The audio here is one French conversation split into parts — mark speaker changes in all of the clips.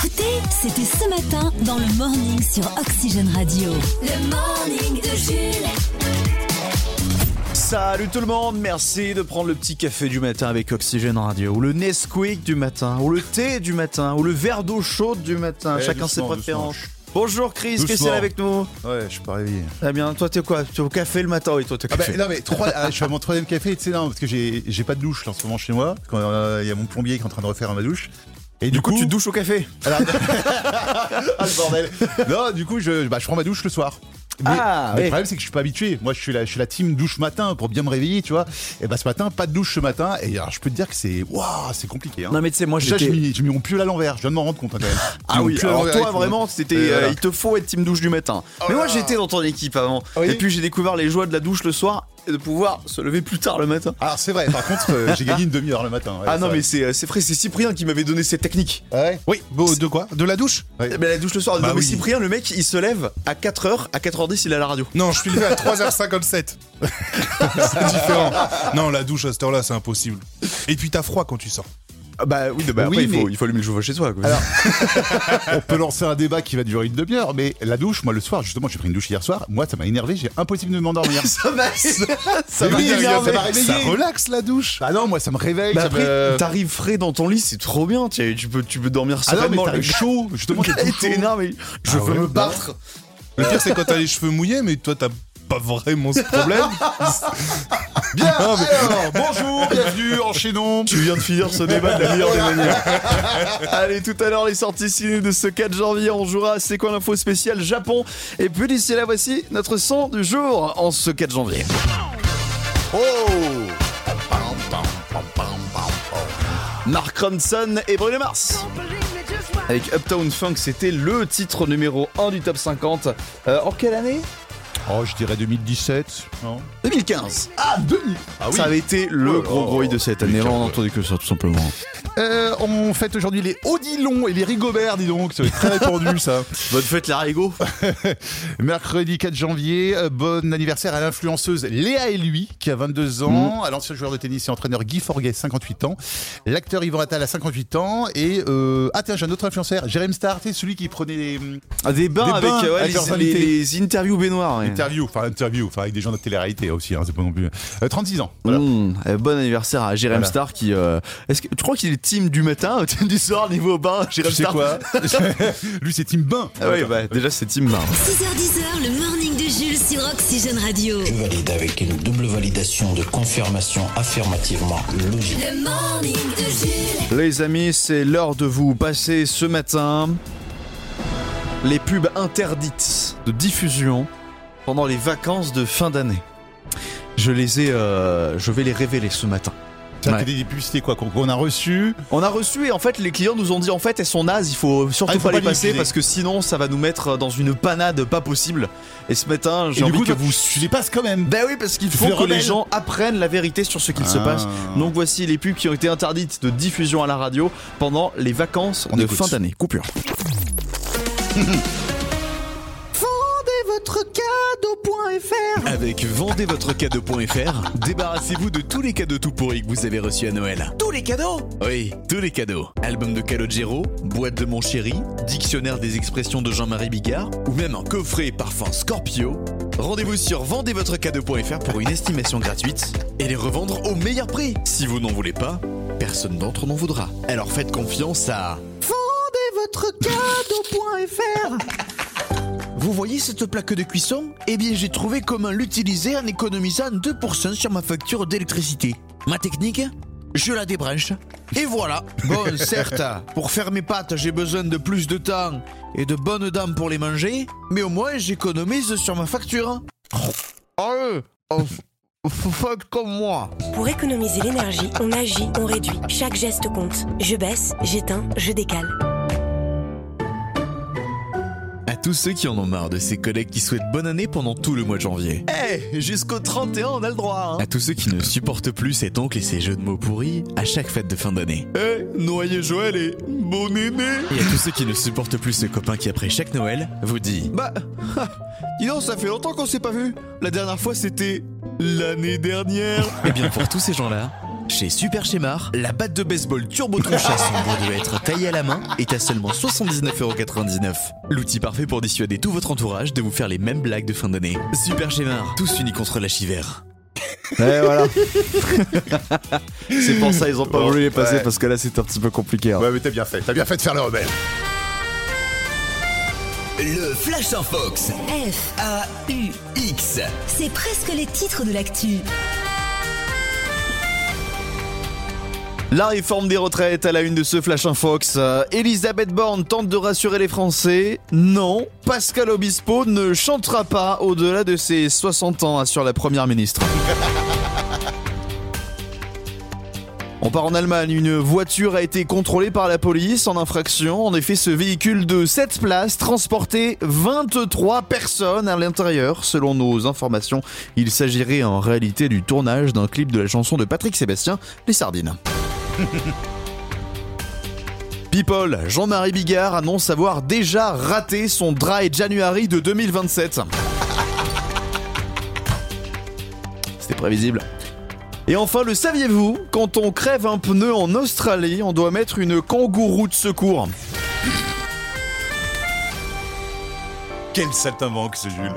Speaker 1: C'était ce matin dans le morning sur Oxygène Radio. Le morning de Jules.
Speaker 2: Salut tout le monde, merci de prendre le petit café du matin avec Oxygène Radio, ou le Nesquik du matin, ou le thé du matin, ou le verre d'eau chaude du matin,
Speaker 3: Eh,
Speaker 2: chacun ses
Speaker 3: doucement,
Speaker 2: préférences.
Speaker 3: doucement.
Speaker 2: Bonjour Chris, qu'est-ce qu'il y a
Speaker 3: Doucement.
Speaker 2: avec nous
Speaker 3: Ouais, je suis pas réveillé.
Speaker 2: Très bien, toi t'es quoi T'es au café le matin Oui, toi t'es au
Speaker 3: Ah bah,
Speaker 2: café.
Speaker 3: non mais trois, ah, je suis à mon troisième café, tu sais non parce que j'ai j'ai pas de douche là, en ce moment chez moi. Quand euh, il y a mon plombier qui est en train de refaire ma douche. Et du,
Speaker 2: du coup, tu te douches au café
Speaker 3: alors- ah le bordel. Non, du coup je bah, je prends ma douche le soir. Mais,
Speaker 2: Ah,
Speaker 3: mais
Speaker 2: oui.
Speaker 3: le problème c'est que je suis pas habitué. Moi je suis la je suis la team douche matin pour bien me réveiller, tu vois. Et bah ce matin pas de douche ce matin et alors, je peux te dire que c'est waouh, c'est compliqué hein.
Speaker 2: Non mais tu sais, moi
Speaker 3: Déjà, j'ai
Speaker 2: j'étais...
Speaker 3: mis, j'ai mis mon pull à l'envers, je viens de m'en rendre compte hein, quand même. J'ai
Speaker 2: Ah
Speaker 3: mon
Speaker 2: oui,
Speaker 3: pull à
Speaker 2: alors
Speaker 3: l'envers
Speaker 2: toi
Speaker 3: avec mon-
Speaker 2: vraiment, c'était,
Speaker 3: Et
Speaker 2: euh,
Speaker 3: voilà. Oh
Speaker 2: il te faut être team douche du matin. Mais moi
Speaker 3: là. Ah
Speaker 2: j'étais dans ton équipe avant.
Speaker 3: Oui.
Speaker 2: Et puis j'ai découvert les joies de la douche le soir et de pouvoir se lever plus tard le matin.
Speaker 3: Alors Ah, c'est vrai, par contre euh, j'ai gagné une demi-heure le matin. ouais,
Speaker 2: ah non
Speaker 3: c'est
Speaker 2: mais c'est euh, c'est vrai, c'est Cyprien qui m'avait donné cette technique.
Speaker 3: vrai. Ouais.
Speaker 4: Oui, beau- de quoi De la douche
Speaker 3: Ouais.
Speaker 2: Eh ben, la douche le soir.
Speaker 3: Bah
Speaker 2: non, mais
Speaker 3: oui.
Speaker 2: Cyprien, le mec, il se lève à 4h, à 4h10, il est à la radio.
Speaker 4: Non, je suis levé à 3h57. c'est différent. Non, la douche à cette heure-là, c'est impossible. Et puis t'as froid quand tu sors.
Speaker 2: Bah oui,
Speaker 3: bah, après, il faut-
Speaker 2: il faut allumer le chauffage chez soi.
Speaker 3: On peut lancer un débat qui va durer une demi-heure, mais la douche, moi le soir, justement, j'ai pris une douche hier soir, moi ça m'a énervé, j'ai impossible de m'endormir.
Speaker 2: ça m'a ça
Speaker 3: Mais
Speaker 2: m'a
Speaker 3: oui,
Speaker 2: énervé.
Speaker 3: énervé.
Speaker 2: Ça m'a réveillé.
Speaker 3: Ça
Speaker 4: relaxe la douche.
Speaker 3: Ah non, moi ça me réveille.
Speaker 2: Mais
Speaker 3: ça
Speaker 2: après,
Speaker 3: me-
Speaker 2: t'arrives frais dans ton lit, c'est trop bien. Tu, tu peux, tu peux dormir
Speaker 3: euh, Ah non, mais
Speaker 2: sereinement.
Speaker 3: t'arrives chaud, justement, t'es tout chaud.
Speaker 2: T'es énorme. Je
Speaker 3: Ah
Speaker 2: veux
Speaker 3: ouais,
Speaker 2: me
Speaker 3: bah.
Speaker 2: battre.
Speaker 4: Le pire, c'est quand t'as les cheveux mouillés, mais toi, t'as pas vraiment ce problème.
Speaker 3: Bien, alors, bonjour, bienvenue, enchaînons.
Speaker 2: Tu viens de finir ce débat de la meilleure des manières. Allez, tout à l'heure, les sorties ciné de ce 4 janvier, on jouera à C'est quoi l'info spéciale Japon. Et puis d'ici là, voici notre son du jour en ce 4 janvier.
Speaker 3: Oh
Speaker 2: Mark Ronson et Bruno Mars. Avec Uptown Funk, c'était le titre numéro 1 du top 50. Euh, en quelle année
Speaker 3: Oh, je dirais 2017. Non
Speaker 2: 2015.
Speaker 3: Ah, 2000 Ah
Speaker 2: Ça avait été le
Speaker 3: Oh là
Speaker 2: gros
Speaker 3: là.
Speaker 2: bruit de cette année. On n'en entendait que ça, tout simplement.
Speaker 3: Euh, On fête aujourd'hui les Odilon et les Rigobert, dis donc, c'est très répandu ça.
Speaker 2: Bonne fête, l'arigot.
Speaker 3: Mercredi 4 janvier, euh, bon anniversaire à l'influenceuse Léa et lui, qui a 22
Speaker 2: Mm.
Speaker 3: ans, à l'ancien joueur de tennis et entraîneur Guy Forguet, 58 ans, l'acteur Yvan Attal a 58 ans, et euh, ah tiens, j'ai un autre influenceur, Jérém Star, tu sais, celui qui prenait les hum,
Speaker 2: Des bains
Speaker 3: Des
Speaker 2: avec,
Speaker 3: bains
Speaker 2: euh, ouais,
Speaker 3: avec
Speaker 2: les-
Speaker 3: leurs
Speaker 2: les,
Speaker 3: invités.
Speaker 2: les interviews baignoires. ouais.
Speaker 3: interviews, enfin interview, enfin avec des gens de télé-réalité aussi, hein, c'est pas non plus. Euh, 36 ans. voilà.
Speaker 2: Mmh, euh, bon anniversaire à Jérém
Speaker 3: Voilà.
Speaker 2: Star qui. euh, Est-ce que tu crois qu'il est team du matin, team du soir niveau bain, Jérém
Speaker 3: Tu sais
Speaker 2: Star
Speaker 3: quoi Lui c'est Team Bain.
Speaker 2: Ah oui, bah déjà c'est team bain.
Speaker 1: 6h10h, le morning de Jules sur Oxygène Radio.
Speaker 5: Je valide avec une double validation de confirmation affirmativement logique.
Speaker 1: Le morning de Jules.
Speaker 2: Les amis, c'est l'heure de vous passer ce matin les pubs interdites de diffusion pendant les vacances de fin d'année. Je les ai, euh, je vais les révéler ce matin.
Speaker 3: Ça,
Speaker 2: Ouais.
Speaker 3: t'as des publicités quoi qu'on qu'on a reçues.
Speaker 2: On a reçu et en fait les clients nous ont dit en fait elles sont nazes, il faut surtout
Speaker 3: Ah, il faut
Speaker 2: pas,
Speaker 3: pas
Speaker 2: les
Speaker 3: les
Speaker 2: passer
Speaker 3: utiliser.
Speaker 2: parce que sinon ça va nous mettre dans une panade pas possible. Et ce matin
Speaker 3: Et
Speaker 2: j'ai
Speaker 3: du
Speaker 2: envie
Speaker 3: coup,
Speaker 2: que
Speaker 3: toi,
Speaker 2: vous...
Speaker 3: tu les passes quand même.
Speaker 2: Ben oui parce qu'il
Speaker 3: Tu
Speaker 2: faut
Speaker 3: fais
Speaker 2: que
Speaker 3: le
Speaker 2: les
Speaker 3: rebelle.
Speaker 2: gens apprennent la vérité sur ce qu'il se
Speaker 3: Ah.
Speaker 2: passe. Donc voici les pubs qui ont été interdites de diffusion à la radio pendant les vacances
Speaker 3: On
Speaker 2: de
Speaker 3: écoute.
Speaker 2: fin d'année. Coupure. Avec vendezvotrecadeau.fr, débarrassez-vous de tous les cadeaux tout pourris que vous avez reçus à Noël. Tous les cadeaux Oui, tous les cadeaux. Album de Calogero, boîte de mon chéri, dictionnaire des expressions de Jean-Marie Bigard, ou même un coffret parfum Scorpio. Rendez-vous sur vendezvotrecadeau.fr pour une estimation gratuite et les revendre au meilleur prix. Si vous n'en voulez pas, personne d'autre n'en voudra. Alors faites confiance à... Vous voyez cette plaque de cuisson Eh bien, j'ai trouvé comment l'utiliser en économisant 2% sur ma facture d'électricité. Ma technique Je la débranche. Et voilà Bon, certes, pour faire mes pâtes, j'ai besoin de plus de temps et de bonnes dents pour les manger, mais au moins, j'économise sur ma facture. Allez Faites comme moi
Speaker 6: Pour économiser l'énergie, on agit, on réduit. Chaque geste compte. Je baisse, j'éteins, je décale.
Speaker 7: À tous ceux qui en ont marre de ces collègues qui souhaitent bonne année pendant tout le mois de janvier.
Speaker 2: Eh Jusqu'au 31, on a le droit hein.
Speaker 7: À tous ceux qui ne supportent plus cet oncle et ses jeux de mots pourris à chaque fête de fin d'année.
Speaker 2: Eh Noyer Joël et mon aîné
Speaker 7: Et à tous ceux qui ne supportent plus ce copain qui après chaque Noël vous dit
Speaker 2: Bah, dis donc, ça fait longtemps qu'on s'est pas vu La dernière fois, c'était l'année dernière
Speaker 7: Eh bien pour tous ces gens-là,
Speaker 8: Chez Super Schémar, la batte de baseball Turbo Tronchasse en bois de hêtre taillée à la main est à seulement 79,99€. L'outil parfait pour dissuader tout votre entourage de vous faire les mêmes blagues de fin d'année. Super Schémar, tous unis contre la chivère.
Speaker 2: Ouais, voilà. c'est pour ça ils ont pas
Speaker 3: Bon,
Speaker 2: voulu les passer
Speaker 3: ouais.
Speaker 2: parce que là c'était un petit peu compliqué. hein.
Speaker 3: Ouais, mais t'as bien fait. T'as bien fait de faire le rebelle.
Speaker 9: Le Flash en Fox.
Speaker 1: F,
Speaker 9: A-U-X.
Speaker 1: c'est presque les titres de l'actu.
Speaker 2: La réforme des retraites à la une de ce Flash Infox. Euh, Elisabeth Borne tente de rassurer les Français. Non, Pascal Obispo ne chantera pas au-delà de ses 60 ans, assure la Première ministre. On part en Allemagne, une voiture a été contrôlée par la police en infraction. En effet, ce véhicule de 7 places transportait 23 personnes à l'intérieur. Selon nos informations, il s'agirait en réalité du tournage d'un clip de la chanson de Patrick Sébastien, Les Sardines. People, Jean-Marie Bigard annonce avoir déjà raté son dry January de 2027. C'était prévisible. Et enfin, le saviez-vous Quand on crève un pneu en Australie, on doit mettre une kangourou de secours.
Speaker 4: Quel saltimbanque ce Jules.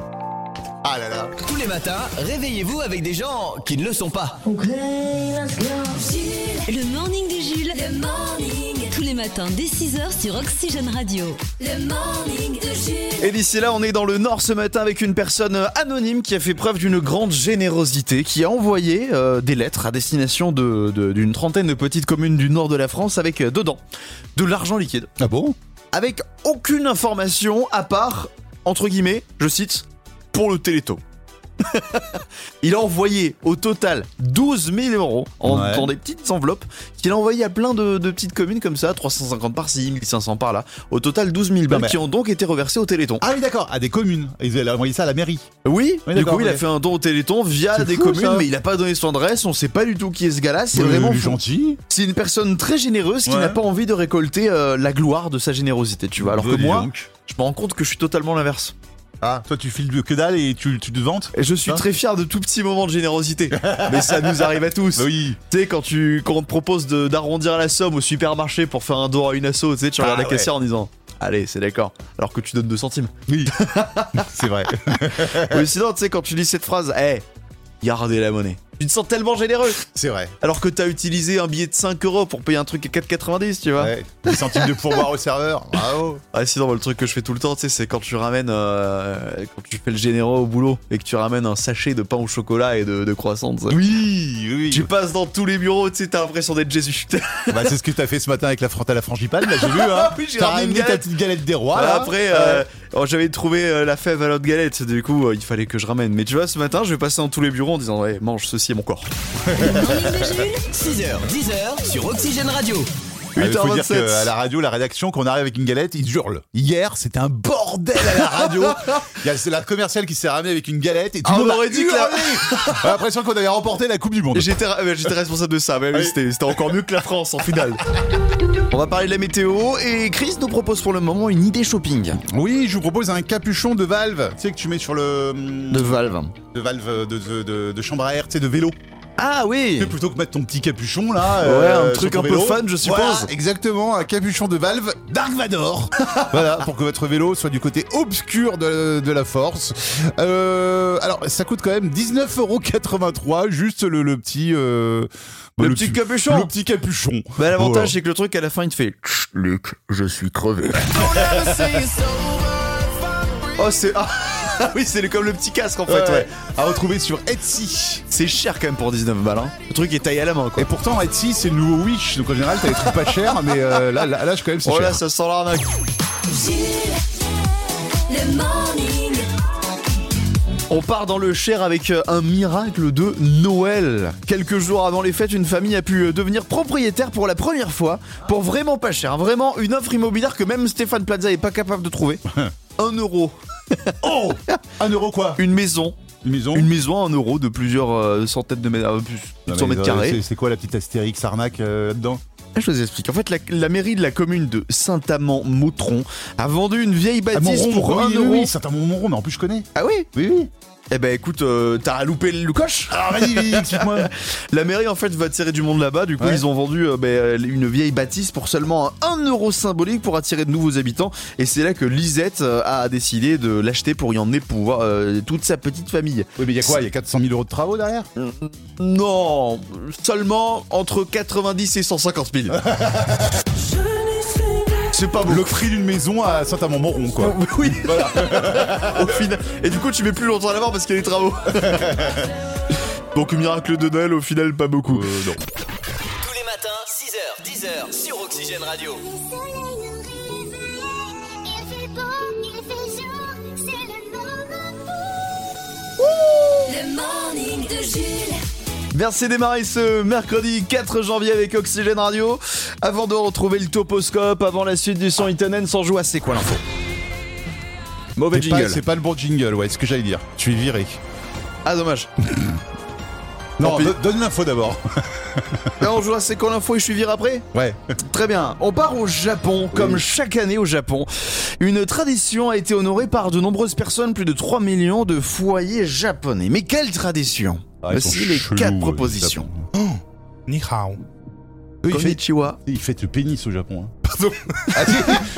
Speaker 3: Ah là là.
Speaker 9: Tous les matins, réveillez-vous avec des gens qui ne le sont pas.
Speaker 1: Le morning de Jules. Le morning. Tous les matins dès 6h sur Oxygène Radio. Le morning de Jules.
Speaker 2: Et d'ici là, on est dans le Nord ce matin avec une personne anonyme qui a fait preuve d'une grande générosité, qui a envoyé euh, des lettres à destination de- de- d'une trentaine de petites communes du Nord de la France avec euh, dedans de l'argent liquide.
Speaker 3: Ah bon
Speaker 2: avec aucune information à part, entre guillemets, je cite, pour le Téléthon. il a envoyé au total 12 000 euros en,
Speaker 3: Ouais.
Speaker 2: dans des petites enveloppes qu'il a envoyé à plein de, de petites communes comme ça, 350 par-ci, 1500 par-là. Au total 12 000 balles
Speaker 3: mais-
Speaker 2: qui ont donc été reversées au Téléthon.
Speaker 3: Ah oui, d'accord. À des communes. Ils ont envoyé ça à la mairie.
Speaker 2: oui,
Speaker 3: Oui,
Speaker 2: du
Speaker 3: d'accord,
Speaker 2: coup il a
Speaker 3: ouais.
Speaker 2: fait un don au Téléthon via
Speaker 3: C'est
Speaker 2: des
Speaker 3: fou,
Speaker 2: communes,
Speaker 3: ça.
Speaker 2: mais il a pas donné son adresse, on sait pas du tout qui est ce gars-là, c'est
Speaker 3: Oui,
Speaker 2: vraiment
Speaker 3: lui,
Speaker 2: fou.
Speaker 3: Euh, gentil.
Speaker 2: C'est une personne très généreuse qui
Speaker 4: Ouais.
Speaker 2: n'a pas envie de récolter euh, la gloire de sa générosité, tu vois. Alors
Speaker 3: Bah,
Speaker 2: que
Speaker 3: dis
Speaker 2: moi,
Speaker 3: donc.
Speaker 2: je me rends compte que je suis totalement l'inverse.
Speaker 3: Ah, toi, tu files que dalle et tu, tu te vantes
Speaker 2: Et je suis
Speaker 3: Hein
Speaker 2: très fier de tout petit moment de générosité. Mais ça nous arrive à tous.
Speaker 3: Bah oui.
Speaker 2: Tu sais, quand, tu, quand on te propose de- d'arrondir la somme au supermarché pour faire un don à une asso, tu sais, tu regardes
Speaker 3: Ah
Speaker 2: la
Speaker 3: ouais.
Speaker 2: caissière en disant Allez, c'est d'accord. Alors que tu donnes 2 centimes.
Speaker 3: Oui. C'est vrai.
Speaker 2: Mais sinon, tu sais, quand tu lis cette phrase, Eh, gardez la monnaie. Tu te sens tellement généreux.
Speaker 3: C'est vrai.
Speaker 2: Alors que t'as utilisé un billet de 5 euros pour payer un truc à 4,90, tu vois.
Speaker 3: Ouais. Des centimes de pourboire au serveur. Bravo.
Speaker 2: Ah, sinon, bah, le truc que je fais tout le temps, tu sais, c'est quand tu ramènes. euh, quand tu fais le généreux au boulot et que tu ramènes un sachet de pain au chocolat et de, de croissants, tu sais.
Speaker 3: Oui, oui.
Speaker 2: Tu passes dans tous les bureaux, tu sais, t'as l'impression d'être Jésus.
Speaker 3: Bah, c'est ce que t'as fait ce matin avec la frante à la frangipane, là, j'ai vu, hein.
Speaker 2: Oui, j'ai
Speaker 3: t'as
Speaker 2: ramené une
Speaker 3: ramené ta
Speaker 2: galette.
Speaker 3: petite galette des rois,
Speaker 2: Voilà,
Speaker 3: là.
Speaker 2: après, euh, alors, j'avais trouvé euh, la fève à l'autre galette, du coup, euh, il fallait que je ramène. Mais tu vois, ce matin, je vais passer dans tous les bureaux en disant, ouais, mange ceci et mon corps.
Speaker 3: Ah,
Speaker 1: Le morning de Jules.
Speaker 9: 6h, 10h sur Oxygène Radio.
Speaker 3: Ah, il faut dire
Speaker 2: 8h27.
Speaker 3: qu'à la radio, la rédaction, qu'on arrive avec une galette, ils hurlent. Hier, c'était un bordel à la radio. Il y a la commerciale qui s'est ramenée avec une galette et tout
Speaker 2: Ah,
Speaker 3: le
Speaker 2: on
Speaker 3: monde a
Speaker 2: aurait dit que la-
Speaker 3: hurlé. On a l'impression qu'on avait remporté la Coupe du Monde.
Speaker 2: J'étais ra- euh, j'étais responsable de ça, mais oui,
Speaker 3: Oui.
Speaker 2: c'était c'était encore mieux que la France en finale. On va parler de la météo et Chris nous propose pour le moment une idée shopping
Speaker 3: Oui, je vous propose un capuchon de valve. Tu sais, que tu mets sur le. hum,
Speaker 2: de Valve.
Speaker 3: de valve de, de- de- de chambre à air, tu sais, de vélo.
Speaker 2: Ah oui
Speaker 3: Tu sais, plutôt que mettre ton petit capuchon là.
Speaker 2: Ouais, un
Speaker 3: sur
Speaker 2: truc
Speaker 3: ton
Speaker 2: un peu
Speaker 3: vélo.
Speaker 2: fun, je suppose.
Speaker 3: Voilà, exactement, un capuchon de valve Dark Vador. voilà, pour que votre vélo soit du côté obscur de, de la force. Euh, alors, ça coûte quand même 19,83€, juste le, le petit. euh,
Speaker 2: Le petit capuchon.
Speaker 3: Le petit capuchon.
Speaker 2: Bah, l'avantage,
Speaker 3: Voilà.
Speaker 2: c'est que le truc, à la fin, il te fait Chut, Luc, je suis crevé. oh, c'est. Ah oui, c'est le- comme le petit casque en fait,
Speaker 3: Ouais,
Speaker 2: ouais.
Speaker 3: ouais. À retrouver sur Etsy.
Speaker 2: C'est cher quand même pour 19 balles. hein. Le truc est taillé à la main quoi.
Speaker 3: Et pourtant, Etsy, c'est le nouveau Wish. Donc en général, t'as des trucs pas chers, mais euh, là, là, là, je quand même, c'est
Speaker 2: Oh là,
Speaker 3: cher.
Speaker 2: ça sent l'arnaque.
Speaker 1: Jules. Le morning.
Speaker 2: On part dans le Cher avec euh, un miracle de Noël. Quelques jours avant les fêtes, une famille a pu euh, devenir propriétaire pour la première fois, pour vraiment pas cher. hein. Vraiment une offre immobilière que même Stéphane Plaza est pas capable de trouver. Un euro,
Speaker 3: Oh Un euro quoi
Speaker 2: une maison,
Speaker 3: Une maison
Speaker 2: une maison à un euro de plusieurs euh, centaines de mètres, euh, plus de
Speaker 3: Non,
Speaker 2: 100
Speaker 3: mais,
Speaker 2: mètres
Speaker 3: euh,
Speaker 2: carrés. Ah,
Speaker 3: c'est- C'est quoi la petite astérix arnaque euh, là-dedans
Speaker 2: Je vous explique. En fait, la, la mairie de la commune de Saint-Amand-Moutron a vendu une vieille
Speaker 3: Ah,
Speaker 2: bâtisse
Speaker 3: Montrond,
Speaker 2: pour
Speaker 3: oui,
Speaker 2: 1
Speaker 3: oui,
Speaker 2: euro.
Speaker 3: oui, c'est un Montron, mais en plus je connais.
Speaker 2: Ah oui
Speaker 3: Oui, oui.
Speaker 2: Eh ben écoute, euh, t'as loupé le coche
Speaker 3: Alors Ah, vas-y, vas-y, explique-moi.
Speaker 2: La mairie en fait va tirer du monde là-bas, du coup
Speaker 3: Ouais.
Speaker 2: ils ont vendu euh, ben, une vieille bâtisse pour seulement un euro symbolique pour attirer de nouveaux habitants et c'est là que Lisette euh, a décidé de l'acheter pour y emmener pour euh, toute sa petite famille.
Speaker 3: Oui, mais il y a quoi Il y a 400 000 euros de travaux derrière
Speaker 2: Non, seulement entre 90 et 150 000.
Speaker 3: C'est pas Le prix d'une maison à Saint-Amand-Montron, quoi.
Speaker 2: Oui, voilà. Au final. Et du coup, tu mets plus longtemps à l'avoir parce qu'il y a les travaux. Donc, miracle de Noël, au final, pas beaucoup.
Speaker 3: Euh,
Speaker 9: Tous les matins, 6h, 10h sur Oxygène Radio.
Speaker 10: Le soleil nous réveille, il fait beau, il fait jour, c'est le moment
Speaker 1: Le morning de Jules.
Speaker 2: Merci de démarrer ce mercredi 4 janvier avec Oxygène Radio. Avant de retrouver le toposcope, avant la suite du son Itonen, sans jouer à C'est quoi l'info Mauvais
Speaker 3: C'est pas,
Speaker 2: jingle.
Speaker 3: c'est pas le bon jingle, ouais, c'est ce que j'allais dire. Je suis viré.
Speaker 2: Ah, dommage.
Speaker 3: Non,
Speaker 2: pis.
Speaker 3: do- donne l'info d'abord.
Speaker 2: Là, on joue à C'est quoi l'info et je suis viré après
Speaker 3: Ouais.
Speaker 2: Très bien, on part au Japon, comme chaque année au Japon. Une tradition a été honorée par de nombreuses personnes, plus de 3 millions de foyers japonais. Mais quelle tradition
Speaker 3: Ah, ils sont
Speaker 2: Voici les
Speaker 3: chelous,
Speaker 2: quatre
Speaker 3: euh,
Speaker 2: propositions.
Speaker 4: Ni hao.
Speaker 3: Eux, ils fêtent,
Speaker 2: Konnichiwa.
Speaker 3: ils fêtent le pénis au Japon. hein. Ah, si,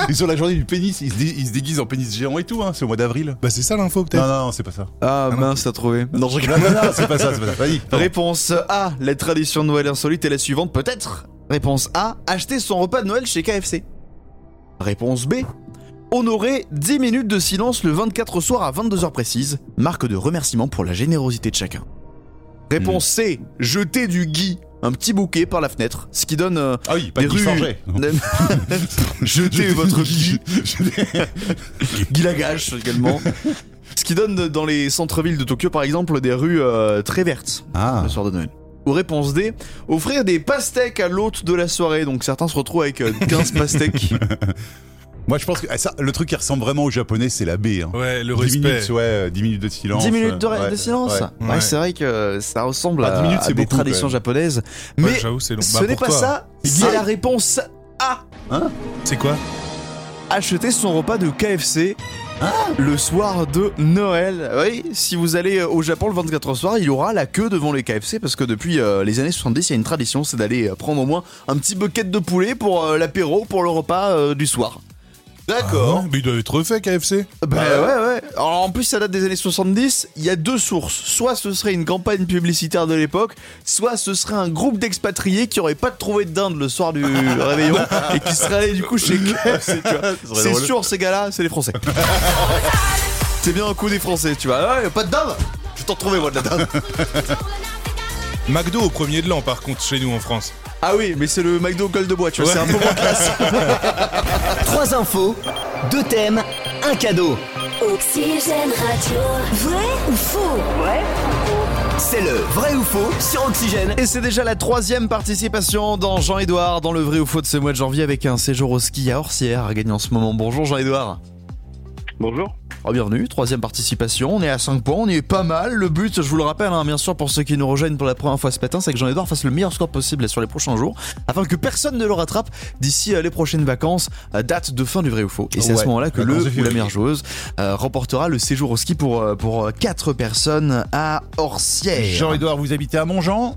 Speaker 3: ils ont la journée du pénis, ils se, dé- ils se déguisent en pénis géant et tout, hein, c'est au mois d'avril.
Speaker 4: Bah, c'est ça
Speaker 2: Oh,
Speaker 4: l'info,
Speaker 3: Non,
Speaker 4: peut-être.
Speaker 3: non, non, c'est pas ça.
Speaker 2: Ah mince, t'as trouvé. Non, je
Speaker 3: Non, non, non, c'est pas ça, c'est pas ça. Vas-y. pardon.
Speaker 2: Réponse A, la tradition de Noël insolite est la suivante, peut-être. Réponse A, acheter son repas de Noël chez KFC. Réponse B, honorer 10 minutes de silence le 24 au soir à 22h précises, marque de remerciement pour la générosité de chacun. Réponse C, jeter du gui, un petit bouquet par la fenêtre, ce qui donne euh,
Speaker 3: Ah oui, pas
Speaker 2: des
Speaker 3: de Guy
Speaker 2: rues.
Speaker 3: Forget.
Speaker 2: jeter votre gui,
Speaker 3: Je-
Speaker 2: gui lagache également. ce qui donne euh, dans les centres-villes de Tokyo par exemple des rues euh, très vertes.
Speaker 3: Ah.
Speaker 2: le soir de Noël. Ou réponse D, offrir des pastèques à l'hôte de la soirée. Donc certains se retrouvent avec euh, 15 pastèques.
Speaker 3: Moi, je pense que ah, ça, le truc qui ressemble vraiment aux japonais, c'est la baie. Hein.
Speaker 4: Ouais, le
Speaker 3: 10
Speaker 4: respect.
Speaker 3: minutes, ouais, euh, 10 minutes de silence.
Speaker 2: 10 minutes de,
Speaker 3: euh, ouais,
Speaker 2: de silence.
Speaker 3: ouais.
Speaker 2: Ouais,
Speaker 4: Ouais.
Speaker 2: c'est vrai que ça ressemble
Speaker 3: Ah, 10
Speaker 2: à,
Speaker 3: minutes,
Speaker 2: à
Speaker 3: c'est
Speaker 2: des
Speaker 3: beaucoup,
Speaker 2: traditions
Speaker 3: quand même.
Speaker 2: japonaises.
Speaker 4: Ouais,
Speaker 2: Mais
Speaker 4: j'avoue, c'est long.
Speaker 2: ce
Speaker 4: Bah,
Speaker 2: n'est
Speaker 4: pour
Speaker 2: pas
Speaker 4: toi.
Speaker 2: ça, c'est la réponse A.
Speaker 4: C'est quoi
Speaker 2: Acheter son repas de KFC. le soir de Noël. Oui, si vous allez euh, au Japon le 24 au soir, il y aura la queue devant les KFC parce que depuis euh, les années 70, il y a une tradition, c'est d'aller euh, prendre au moins un petit bucket de poulet pour euh, l'apéro, pour le repas euh, du soir.
Speaker 4: D'accord. mais il doit être refait, KFC.
Speaker 2: Bah ouais, ouais. Alors en plus, ça date des années 70. Il y a deux sources. Soit ce serait une campagne publicitaire de l'époque, soit ce serait un groupe d'expatriés qui aurait pas trouvé de dinde le soir du réveillon et qui serait allé du coup chez KFC, tu vois. C'est sûr, ces gars-là, c'est les Français. c'est bien un coup des Français, tu vois. Ah ouais, pas de dinde Je vais t'en trouver, moi, de la dinde.
Speaker 4: McDo au premier de l'an, par contre, chez nous en France.
Speaker 2: Ah oui, mais c'est le McDo col de bois, tu vois. C'est un peu moins classe.
Speaker 9: Trois infos, deux thèmes, un cadeau.
Speaker 1: Oxygène Radio. Vrai ou faux
Speaker 9: C'est le vrai ou faux sur Oxygène.
Speaker 2: Et c'est déjà la troisième participation dans Jean-Édouard dans le vrai ou faux de ce mois de janvier avec un séjour au ski à Orsières à gagner en ce moment. Bonjour Jean-Édouard.
Speaker 11: Bonjour.
Speaker 2: Oh, bienvenue, troisième participation, on est à 5 points, on y est pas mal. Le but, je vous le rappelle, hein, bien sûr, pour ceux qui nous rejoignent pour la première fois ce matin, c'est que Jean-Edouard fasse le meilleur score possible sur les prochains jours, afin que personne ne le rattrape d'ici euh, les prochaines vacances, euh, date de fin du vrai ou faux. Et c'est à ce
Speaker 3: Ouais,
Speaker 2: moment-là que le
Speaker 3: vacances de
Speaker 2: ou la
Speaker 3: février.
Speaker 2: meilleure joueuse euh, remportera le séjour au ski pour, euh, pour 4 personnes à Orsières.
Speaker 3: Jean-Edouard, vous habitez à Montjean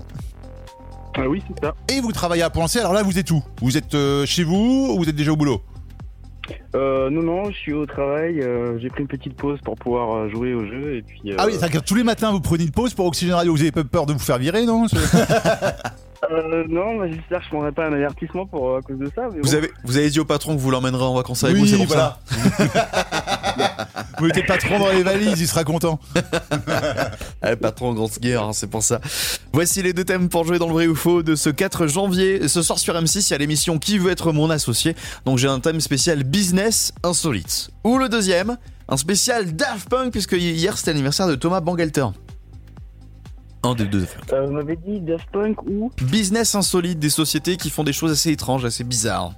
Speaker 11: Ah oui, c'est ça.
Speaker 3: et vous travaillez à Poincé. Alors là, vous êtes où Vous êtes euh, chez vous ou vous êtes déjà au boulot
Speaker 11: Euh, non, non, je suis au travail. euh, J'ai pris une petite pause pour pouvoir euh, jouer au jeu et puis. euh,
Speaker 3: Ah oui, c'est-à-dire que tous les matins, vous prenez une pause pour Oxygène Radio. Vous avez pas peur de vous faire virer, non
Speaker 11: euh, non, bah, j'espère que je prendrai pas un avertissement pour euh, à cause de ça. Mais
Speaker 2: Vous
Speaker 11: bon.
Speaker 2: avez, vous avez dit au patron que vous l'emmènerez en vacances avec vous, c'est pour ça.
Speaker 3: vous mettez le patron dans les valises, il sera content.
Speaker 2: Ah, le patron en grande guerre, hein, c'est pour ça. Voici les deux thèmes pour jouer dans le vrai ou faux de ce 4 janvier. Ce soir sur M6, il y a l'émission Qui veut être mon associé Donc j'ai un thème spécial business insolite. Ou le deuxième, un spécial Daft Punk, puisque hier c'était l'anniversaire de Thomas Bangalter. Un des deux.
Speaker 11: Euh, vous m'avez dit Daft Punk ou
Speaker 2: Business insolite, des sociétés qui font des choses assez étranges, assez bizarres.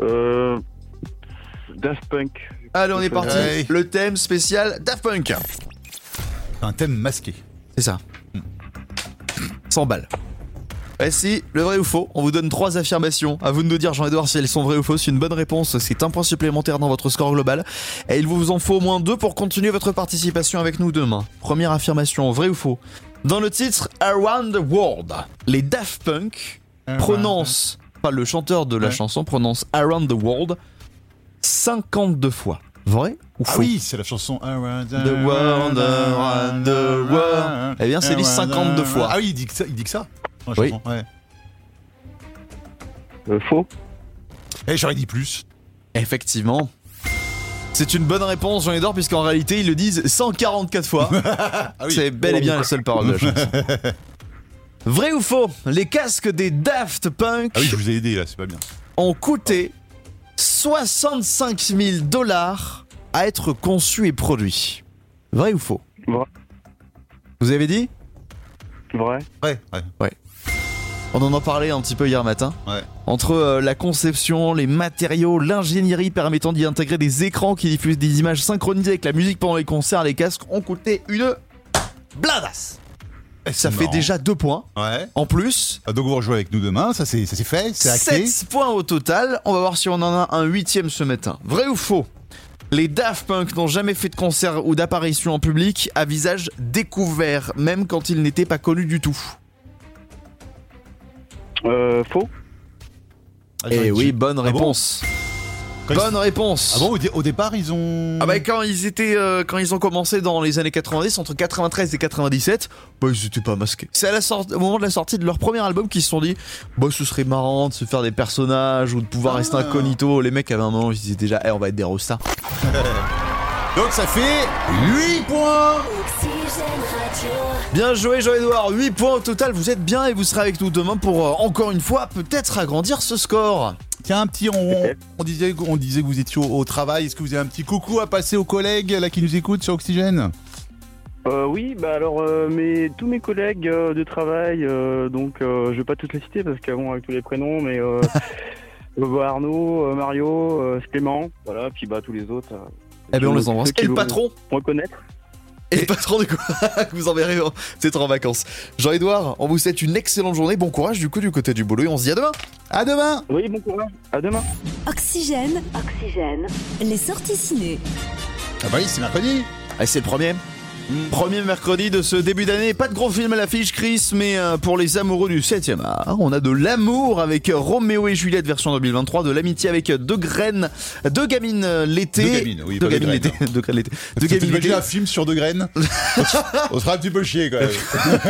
Speaker 11: euh, Daft Punk.
Speaker 2: Allez, on est parti.
Speaker 3: Ouais.
Speaker 2: Le thème spécial Daft Punk.
Speaker 3: Un thème masqué.
Speaker 2: C'est ça. 100 Hmm. balles. Eh si, le vrai ou faux, on vous donne trois affirmations. À vous de nous dire, Jean-Edouard, si elles sont vraies ou fausses. Une bonne réponse, c'est un point supplémentaire dans votre score global. Et il vous en faut au moins deux pour continuer votre participation avec nous demain. Première affirmation, vrai ou faux Dans le titre Around the World, les Daft Punk prononcent, pas le chanteur de la chanson, prononce Around the World 52 fois. Vrai ou
Speaker 3: Ah
Speaker 2: faux
Speaker 3: oui, c'est la chanson Around
Speaker 2: The world, around the world. Eh bien, c'est dit
Speaker 3: Around
Speaker 2: 52
Speaker 3: the
Speaker 2: fois.
Speaker 3: Ah oui, il dit que ça. Il dit que ça dans la
Speaker 2: Oui.
Speaker 3: chanson, ouais.
Speaker 11: Euh, faux.
Speaker 3: Eh, j'aurais dit plus.
Speaker 2: Effectivement. C'est une bonne réponse, Jean Edouard, puisqu'en réalité, ils le disent 144 fois. Ah
Speaker 3: Ah oui.
Speaker 2: C'est bel et bien la seule parole de la chanson. Vrai ou faux Les casques des Daft Punk
Speaker 3: Ah oui, je vous ai aidé là, c'est pas bien.
Speaker 2: ont coûté 65 000 dollars à être conçus et produits. Vrai ou faux
Speaker 11: Vrai.
Speaker 2: Vous avez dit
Speaker 11: Vrai.
Speaker 3: Ouais, ouais.
Speaker 2: On en a parlé un petit peu hier matin.
Speaker 3: Ouais.
Speaker 2: Entre euh, la conception, les matériaux, l'ingénierie permettant d'y intégrer des écrans qui diffusent des images synchronisées avec la musique pendant les concerts, les casques ont coûté une bladasse. Ça fait
Speaker 3: Eh, marrant.
Speaker 2: déjà deux points.
Speaker 3: Ouais.
Speaker 2: En plus,
Speaker 3: Ah, donc vous rejouez avec nous demain, ça c'est ça, c'est fait, c'est acté.
Speaker 2: 7 points au total. On va voir si on en a un huitième ce matin. Vrai ou faux Les Daft Punk n'ont jamais fait de concert ou d'apparition en public à visage découvert, même quand ils n'étaient pas connus du tout.
Speaker 11: Euh, faux.
Speaker 3: Ah, j'aurais
Speaker 2: Eh
Speaker 3: dit-
Speaker 2: oui, bonne
Speaker 3: Ah bon
Speaker 2: réponse.
Speaker 3: Quand ils-
Speaker 2: bonne réponse.
Speaker 3: Ah bon, au dé- au départ ils ont.
Speaker 2: Ah bah quand ils étaient euh, quand ils ont commencé dans les années 90 entre 93 et 97 bah ils étaient pas masqués. C'est à la sorte au moment de la sortie de leur premier album qu'ils se sont dit bah ce serait marrant de se faire des personnages ou de pouvoir rester incognito. Les mecs avaient un moment ils se disaient déjà eh on va être des rostas.
Speaker 3: Donc ça fait 8 points
Speaker 1: Oxygène Radio.
Speaker 2: Bien joué Jean-Edouard, 8 points au total, vous êtes bien et vous serez avec nous demain pour euh, encore une fois peut-être agrandir ce score.
Speaker 3: Tiens, un petit. On, on disait, on disait que vous étiez au, au travail. Est-ce que vous avez un petit coucou à passer aux collègues là qui nous écoutent sur Oxygène
Speaker 11: Euh, oui, bah alors euh, mes, tous mes collègues euh, de travail, euh, donc euh, je vais pas toutes les citer parce qu'avant avec tous les prénoms, mais euh, euh, bah, Arnaud, euh, Mario, euh, Clément, voilà, puis bah tous les autres. euh,
Speaker 2: Eh bien on
Speaker 11: tous
Speaker 2: les embrasse.
Speaker 11: ceux qui
Speaker 2: Et le
Speaker 11: vont-
Speaker 2: patron
Speaker 11: vont connaître.
Speaker 2: Et le patron du coup, que vous enverrez en- peut-être en vacances. Jean-Edouard, on vous souhaite une excellente journée, bon courage du coup du côté du boulot et on se dit à demain
Speaker 3: À demain
Speaker 11: Oui, bon courage. À demain.
Speaker 1: Oxygène. Oxygène. Les sorties ciné.
Speaker 3: Ah bah oui, c'est mercredi
Speaker 2: Et c'est le premier. Premier mercredi de ce début d'année, pas de gros film à l'affiche Chris, mais euh, pour les amoureux du 7e art, on a de l'amour avec Roméo et Juliette version 2023, de l'amitié avec deux graines, deux gamines euh, l'été.
Speaker 3: Deux gamines, oui,
Speaker 2: deux
Speaker 3: pas des
Speaker 2: gamines l'été.
Speaker 3: graines,
Speaker 2: Deux graines l'été. Deux
Speaker 3: Tu
Speaker 2: gamines
Speaker 3: imagines
Speaker 2: l'été.
Speaker 3: un film sur deux graines On sera un petit peu chier quand même.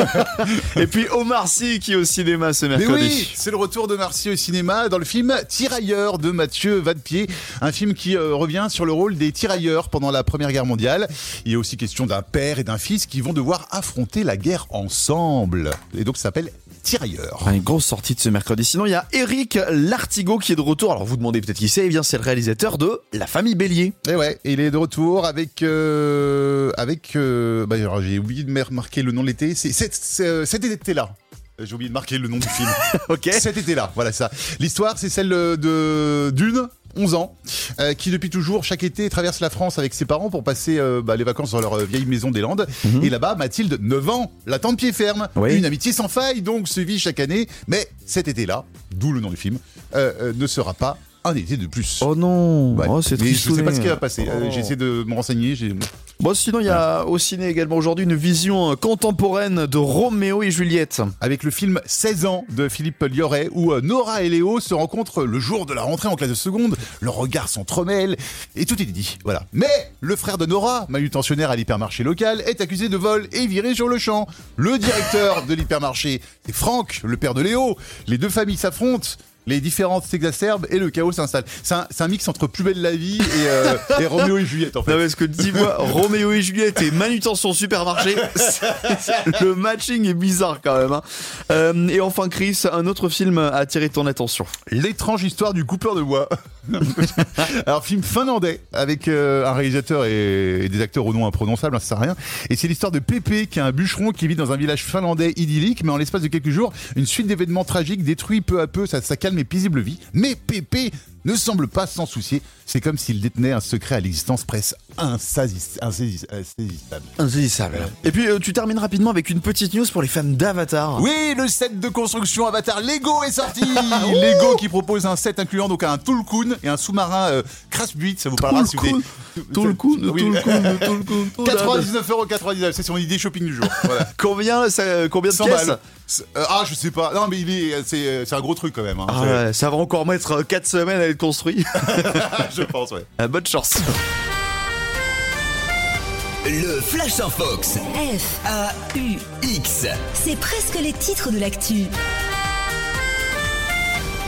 Speaker 2: Et puis Omar Sy qui est au cinéma ce
Speaker 3: Mais
Speaker 2: mercredi.
Speaker 3: oui, c'est le retour de Marcy au cinéma dans le film Tirailleurs de Mathieu Vadepied, un film qui euh, revient sur le rôle des tirailleurs pendant la Première Guerre mondiale. Il est aussi question d'un père et d'un fils qui vont devoir affronter la guerre ensemble. Et donc ça s'appelle Tirailleurs.
Speaker 2: Ah, Une grosse sortie de ce mercredi. Sinon, il y a Eric Lartigot qui est de retour. Alors, vous demandez peut-être qui c'est. Eh bien, c'est le réalisateur de La famille Bélier.
Speaker 3: Et ouais, il est de retour avec euh, avec euh, bah, alors, j'ai oublié de me remarquer le nom de l'été. C'est c'est- c'est, euh, cet été là. J'ai oublié de marquer le nom du film.
Speaker 2: Ok.
Speaker 3: Cet été-là, voilà ça. L'histoire, c'est celle euh, de d'une. 11 ans, euh, qui depuis toujours, chaque été, traverse la France avec ses parents pour passer euh, bah, les vacances dans leur euh, vieille maison des Landes.
Speaker 2: Mhm.
Speaker 3: Et là-bas, Mathilde, 9 ans, l'attend de pied ferme.
Speaker 2: Oui.
Speaker 3: Une amitié sans faille, donc, se vit chaque année. Mais cet été-là, d'où le nom du film, euh, euh, ne sera pas un été de plus.
Speaker 2: Oh non.
Speaker 3: Ouais.
Speaker 2: Oh, c'est
Speaker 3: Mais
Speaker 2: triste.
Speaker 3: je sais pas ce qui va passer.
Speaker 2: Oh.
Speaker 3: Euh, J'essaie de me renseigner. j'ai-
Speaker 2: Bon, sinon, il y a au ciné également aujourd'hui une vision euh, contemporaine de Roméo et Juliette.
Speaker 3: Avec le film 16 ans de Philippe Lioret, où euh, Nora et Léo se rencontrent le jour de la rentrée en classe de seconde, leurs regards s'entremêlent, et tout est dit. Voilà. Mais le frère de Nora, manutentionnaire à l'hypermarché local, est accusé de vol et viré sur le champ. Le directeur de l'hypermarché, c'est Franck, le père de Léo. Les deux familles s'affrontent. Les différences s'exacerbent et le chaos s'installe. C'est un, c'est un mix entre plus belle la vie et, euh, et Roméo et Juliette en fait.
Speaker 2: Non, mais ce Ah que dis moi Roméo et Juliette et manutention supermarché, c'est- c'est- le matching est bizarre quand même. hein. Euh, et enfin, Chris, un autre film a attiré ton attention.
Speaker 3: L'étrange histoire du coupeur de bois. Alors, film finlandais avec euh, un réalisateur et, et des acteurs au nom imprononçable, hein, ça sert à rien. Et c'est l'histoire de Pépé, qui est un bûcheron qui vit dans un village finlandais idyllique, mais en l'espace de quelques jours, une suite d'événements tragiques détruit peu à peu sa, sa calme et paisible vie. Mais Pépé ne semble pas s'en soucier. C'est comme s'il détenait un secret à l'existence presque insaisis- insaisis- insaisissable.
Speaker 2: Insaisissable. Et puis euh, tu termines rapidement avec une petite news pour les fans d'Avatar.
Speaker 3: Oui, le set de construction Avatar Lego est sorti Lego qui propose un set incluant donc un Tulkun et un sous-marin euh, Crasbuit, ça vous
Speaker 2: Ah,
Speaker 3: parlera si vous êtes... Tulkun,
Speaker 2: Tulkun, Tulkun.
Speaker 3: 99,99€, c'est son idée shopping du jour. Voilà.
Speaker 2: Combien, ça, euh, combien de
Speaker 3: 100
Speaker 2: pièces
Speaker 3: balles. C'est- euh, ah, je sais pas. Non, mais il est, c'est, euh, c'est un gros truc quand même. hein.
Speaker 2: Ah ouais, Ça va encore mettre 4 semaines à être construit.
Speaker 3: je pense, ouais.
Speaker 2: Ah, Bonne chance.
Speaker 9: Le Flash en Fox.
Speaker 1: F,
Speaker 9: X.
Speaker 1: c'est presque les titres de l'actu.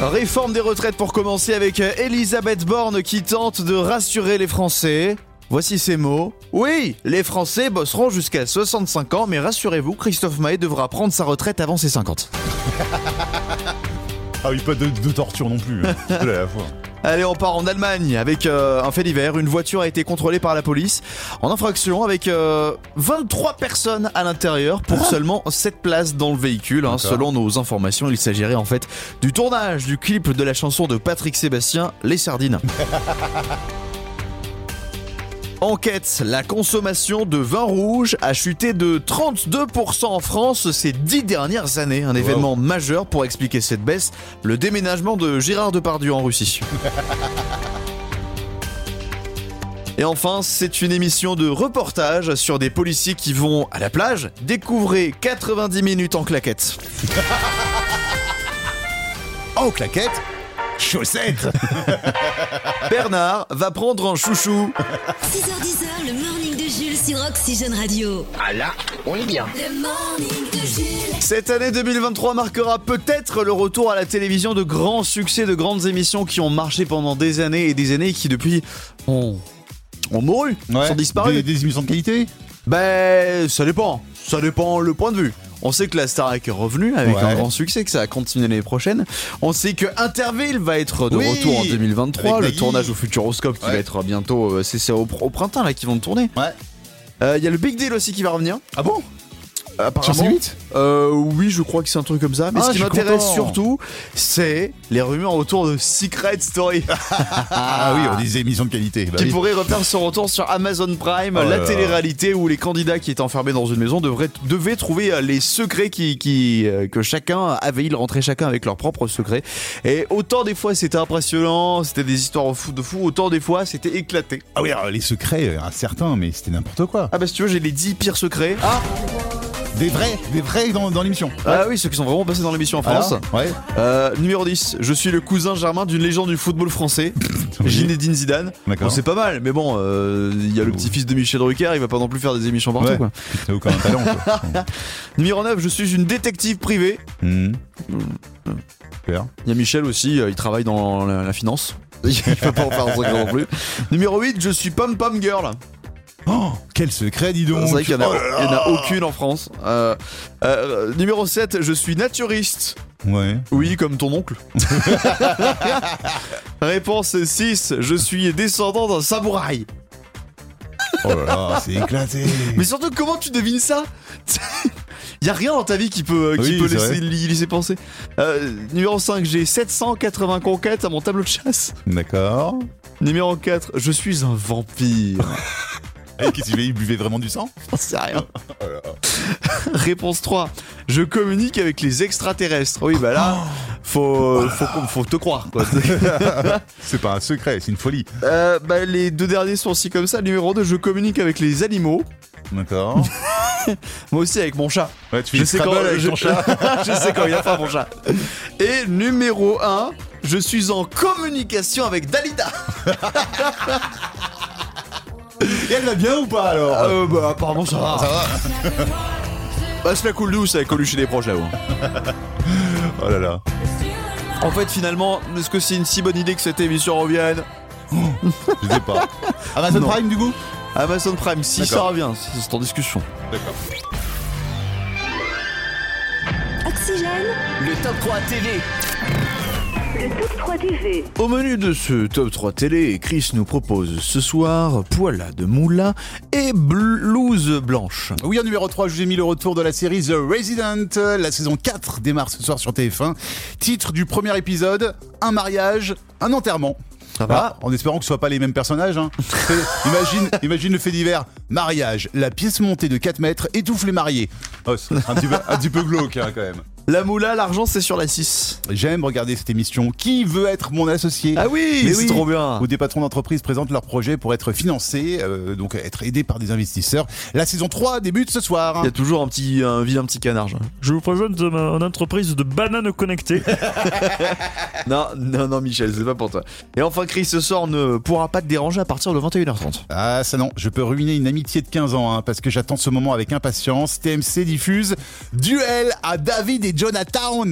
Speaker 2: Réforme des retraites pour commencer avec Elisabeth Borne qui tente de rassurer les Français. Voici ses mots. Oui, les Français bosseront jusqu'à 65 ans, mais rassurez-vous, Christophe Maé devra prendre sa retraite avant ses 50.
Speaker 3: Ah oui, pas de, de torture non plus. hein. Deux à la fois.
Speaker 2: Allez, on part en Allemagne avec euh, un fait d'hiver. Une voiture a été contrôlée par la police en infraction avec euh, 23 personnes à l'intérieur pour seulement 7 places dans le véhicule. hein. selon nos informations, il s'agirait en fait du tournage du clip de la chanson de Patrick Sébastien, Les Sardines. Enquête, la consommation de vin rouge a chuté de 32% en France ces dix dernières années. Un événement majeur pour expliquer cette baisse, le déménagement de Gérard Depardieu en Russie. Et enfin, c'est une émission de reportage sur des policiers qui vont à la plage. Découvrez 90 minutes en claquettes.
Speaker 3: En claquette, chaussettes.
Speaker 2: Bernard va prendre un chouchou.
Speaker 1: 6h10, le morning de Jules sur Oxygène Radio.
Speaker 5: Ah là, on est bien.
Speaker 1: Le morning de Jules.
Speaker 2: Cette année 2023 marquera peut-être le retour à la télévision de grands succès, de grandes émissions qui ont marché pendant des années et des années et qui depuis ont, ont mouru,
Speaker 3: Ouais.
Speaker 2: sont disparues.
Speaker 3: Des, des émissions de qualité
Speaker 2: Ben, ça dépend. Ça dépend le point de vue. On sait que la Starac est revenue avec
Speaker 3: Ouais.
Speaker 2: un grand succès, que ça va continuer l'année prochaine. On sait que Interville va être de
Speaker 3: Oui,
Speaker 2: retour en 2023,
Speaker 3: avec
Speaker 2: le
Speaker 3: Nagui.
Speaker 2: tournage au Futuroscope qui
Speaker 3: Ouais.
Speaker 2: va être bientôt, euh, c'est c'est au, au printemps là qu'ils vont le tourner.
Speaker 3: Ouais.
Speaker 2: Euh, Il y a le Big Deal aussi qui va revenir.
Speaker 3: Ah bon
Speaker 2: Apparemment.
Speaker 3: Sur C8?
Speaker 2: Euh, Oui, je crois que c'est un truc comme ça. Mais
Speaker 3: Ah,
Speaker 2: ce qui
Speaker 3: je suis
Speaker 2: m'intéresse
Speaker 3: content.
Speaker 2: surtout, c'est les rumeurs autour de Secret Story.
Speaker 3: Ah oui, on disait émissions de qualité. Bah
Speaker 2: qui
Speaker 3: oui.
Speaker 2: pourrait refaire son retour sur Amazon Prime,
Speaker 3: Oh là
Speaker 2: la
Speaker 3: là.
Speaker 2: télé-réalité où les candidats qui étaient enfermés dans une maison devraient, devaient trouver euh, les secrets qui, qui, euh, que chacun avait. Ils rentraient chacun avec leurs propres secrets. Et autant des fois c'était impressionnant, c'était des histoires fou de fou, autant des fois c'était éclaté.
Speaker 3: Ah oui, alors, les secrets, euh, incertains, mais c'était n'importe quoi.
Speaker 2: Ah bah si tu veux, j'ai les 10 pires secrets. Ah,
Speaker 3: Des vrais, des vrais dans, dans l'émission.
Speaker 2: oui, ceux qui sont vraiment passés dans l'émission en France.
Speaker 3: Alors Ouais.
Speaker 2: Euh, numéro 10, je suis le cousin germain d'une légende du football français, Zinedine Zidane.
Speaker 3: D'accord.
Speaker 2: Bon, c'est pas mal, mais bon, euh, il y a le petit-fils de Michel Drucker, il va pas non plus faire des émissions partout
Speaker 3: Ouais.
Speaker 2: quoi.
Speaker 3: T'as aucun talent. quoi.
Speaker 2: Numéro 9, je suis une détective privée.
Speaker 3: Hmm. Super.
Speaker 2: Il y a Michel aussi, euh, il travaille dans la, la finance. il va pas en faire un secret non plus. Numéro 8, je suis Pom Pom Girl.
Speaker 3: Oh, quel secret, dis donc.
Speaker 2: C'est vrai qu'il y, en a-
Speaker 3: Oh là là.
Speaker 2: il y en a aucune en France. Euh, euh, numéro 7, je suis naturiste.
Speaker 3: Ouais.
Speaker 2: Oui, comme ton oncle. Réponse 6, je suis descendant d'un samouraï.
Speaker 3: Oh là là, c'est éclaté.
Speaker 2: Mais surtout, comment tu devines ça Y a rien dans ta vie qui peut, euh, qui
Speaker 3: Oui,
Speaker 2: peut
Speaker 3: c'est
Speaker 2: laisser,
Speaker 3: vrai.
Speaker 2: li- laisser penser. Euh, numéro 5, j'ai 780 conquêtes à mon tableau de chasse.
Speaker 3: D'accord.
Speaker 2: Numéro 4, je suis un vampire.
Speaker 3: Et Eh, qu'est-ce qu'il fait Il buvait vraiment du sang
Speaker 2: J'en sais Oh, rien. Réponse 3, je communique avec les extraterrestres. Oui, bah là, faut, faut, faut te croire. quoi.
Speaker 3: C'est pas un secret, c'est une folie.
Speaker 2: Euh, bah, les deux derniers sont aussi comme ça. Numéro 2, je communique avec les animaux.
Speaker 3: D'accord.
Speaker 2: Moi aussi avec mon chat.
Speaker 3: Ouais, tu fais du Scrabble avec
Speaker 2: je-
Speaker 3: ton chat.
Speaker 2: je sais quand il a pas mon chat. Et numéro 1, je suis en communication avec Dalida.
Speaker 3: Et elle va bien ou pas alors
Speaker 2: Euh, bah apparemment ça va. Bah c'est la cool douce avec Coluche et des proches là-haut.
Speaker 3: Oh là là.
Speaker 2: En fait finalement, est-ce que c'est une si bonne idée que cette émission revienne
Speaker 3: Je sais pas. Amazon
Speaker 2: Non.
Speaker 3: Prime du coup
Speaker 2: Amazon Prime, si ça
Speaker 3: D'accord.
Speaker 2: revient, c'est c'est en discussion.
Speaker 1: Oxygène,
Speaker 9: Le top 3 TV.
Speaker 2: Au menu de ce top 3 télé, Chris nous propose ce soir poila de moula et blouse blanche.
Speaker 3: Oui, en numéro 3, je vous ai mis le retour de la série The Resident. La saison 4 démarre ce soir sur TF1. Titre du premier épisode Un mariage, un enterrement. Ça va En espérant que ce ne soient pas les mêmes personnages. hein. C'est- imagine, imagine le fait divers. Mariage. La pièce montée de 4 mètres étouffe les mariés. Oh, c'est un, petit peu, un petit peu glauque hein, quand même.
Speaker 2: La moula, l'argent, c'est sur la 6.
Speaker 3: J'aime regarder cette émission. Qui veut être mon associé
Speaker 2: Ah oui,
Speaker 3: Mais
Speaker 2: c'est trop bien.
Speaker 3: Où des patrons d'entreprise présentent leurs projets pour être financés, euh, donc être aidés par des investisseurs. La saison 3 débute ce soir.
Speaker 2: Il y a toujours un petit, un vilain petit canard. genre.
Speaker 12: Je vous présente ma- une entreprise de bananes connectées.
Speaker 2: Non, non, non, Michel, c'est pas pour toi. Et enfin, Chris, ce soir ne pourra pas te déranger à partir de 21h30.
Speaker 3: Ah ça non, je peux ruiner une amitié de 15 ans hein, parce que j'attends ce moment avec impatience. TMC diffuse Duel à David et Jonathan,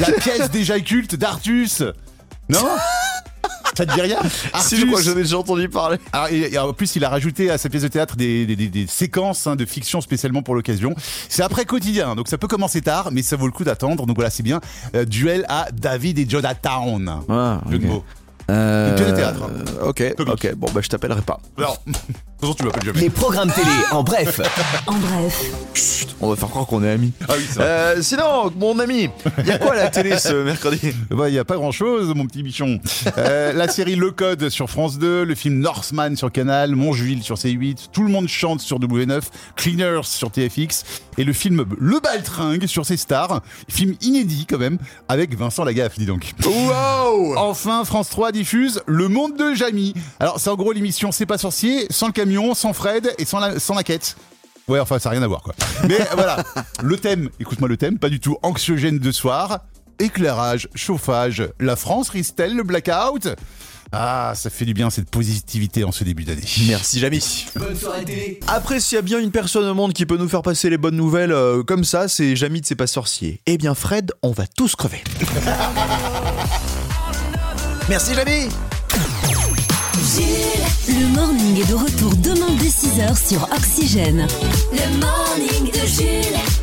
Speaker 3: la pièce déjà culte d'Artus. Non Ça te dit rien
Speaker 2: Si, je crois que j'en ai déjà entendu parler.
Speaker 3: Alors, et- et en plus, il a rajouté à sa pièce de théâtre des, des- des- des séquences hein, de fiction spécialement pour l'occasion. C'est après quotidien, donc ça peut commencer tard, mais ça vaut le coup d'attendre. Donc voilà, c'est bien. Euh, Duel à David et Jonathan.
Speaker 2: Ah.
Speaker 3: Jeu de mots. Une pièce de théâtre.
Speaker 2: Euh, ok, ok, bon, bah je t'appellerai pas.
Speaker 3: Non, de toute façon, tu m'appelles jamais.
Speaker 2: Les programmes télé, en bref.
Speaker 1: En bref.
Speaker 2: On va faire croire qu'on est amis.
Speaker 3: Ah oui, c'est vrai.
Speaker 2: Euh, sinon, mon ami, il y a quoi à la télé ce mercredi
Speaker 3: Il n'y a pas grand-chose, mon petit bichon. Euh, la série Le Code sur France 2, le film Northman sur Canal, Montjuil sur C8, Tout le monde chante sur W9, Cleaners sur TFX, et le film Le Baltringue sur C Star, film inédit quand même, avec Vincent Lagaffe, dis donc.
Speaker 2: Wow
Speaker 3: Enfin, France 3 diffuse Le Monde de Jamie. Alors, c'est en gros l'émission C'est pas sorcier, sans le camion, sans Fred et sans la, sans la quête. Ouais, enfin, ça n'a rien à voir, quoi. Mais voilà, le thème, écoute-moi le thème, pas du tout anxiogène de soir. Éclairage, chauffage, la France risque-t-elle le blackout Ah, ça fait du bien cette positivité en ce début d'année.
Speaker 2: Merci, Jamie. Après, s'il y a bien une personne au monde qui peut nous faire passer les bonnes nouvelles euh, comme ça, c'est Jamie de C'est pas sorcier. Eh bien, Fred, on va tous crever. Merci, Jamie
Speaker 1: Le morning est de retour demain dès 6h sur Oxygène.
Speaker 10: Le morning de Jules.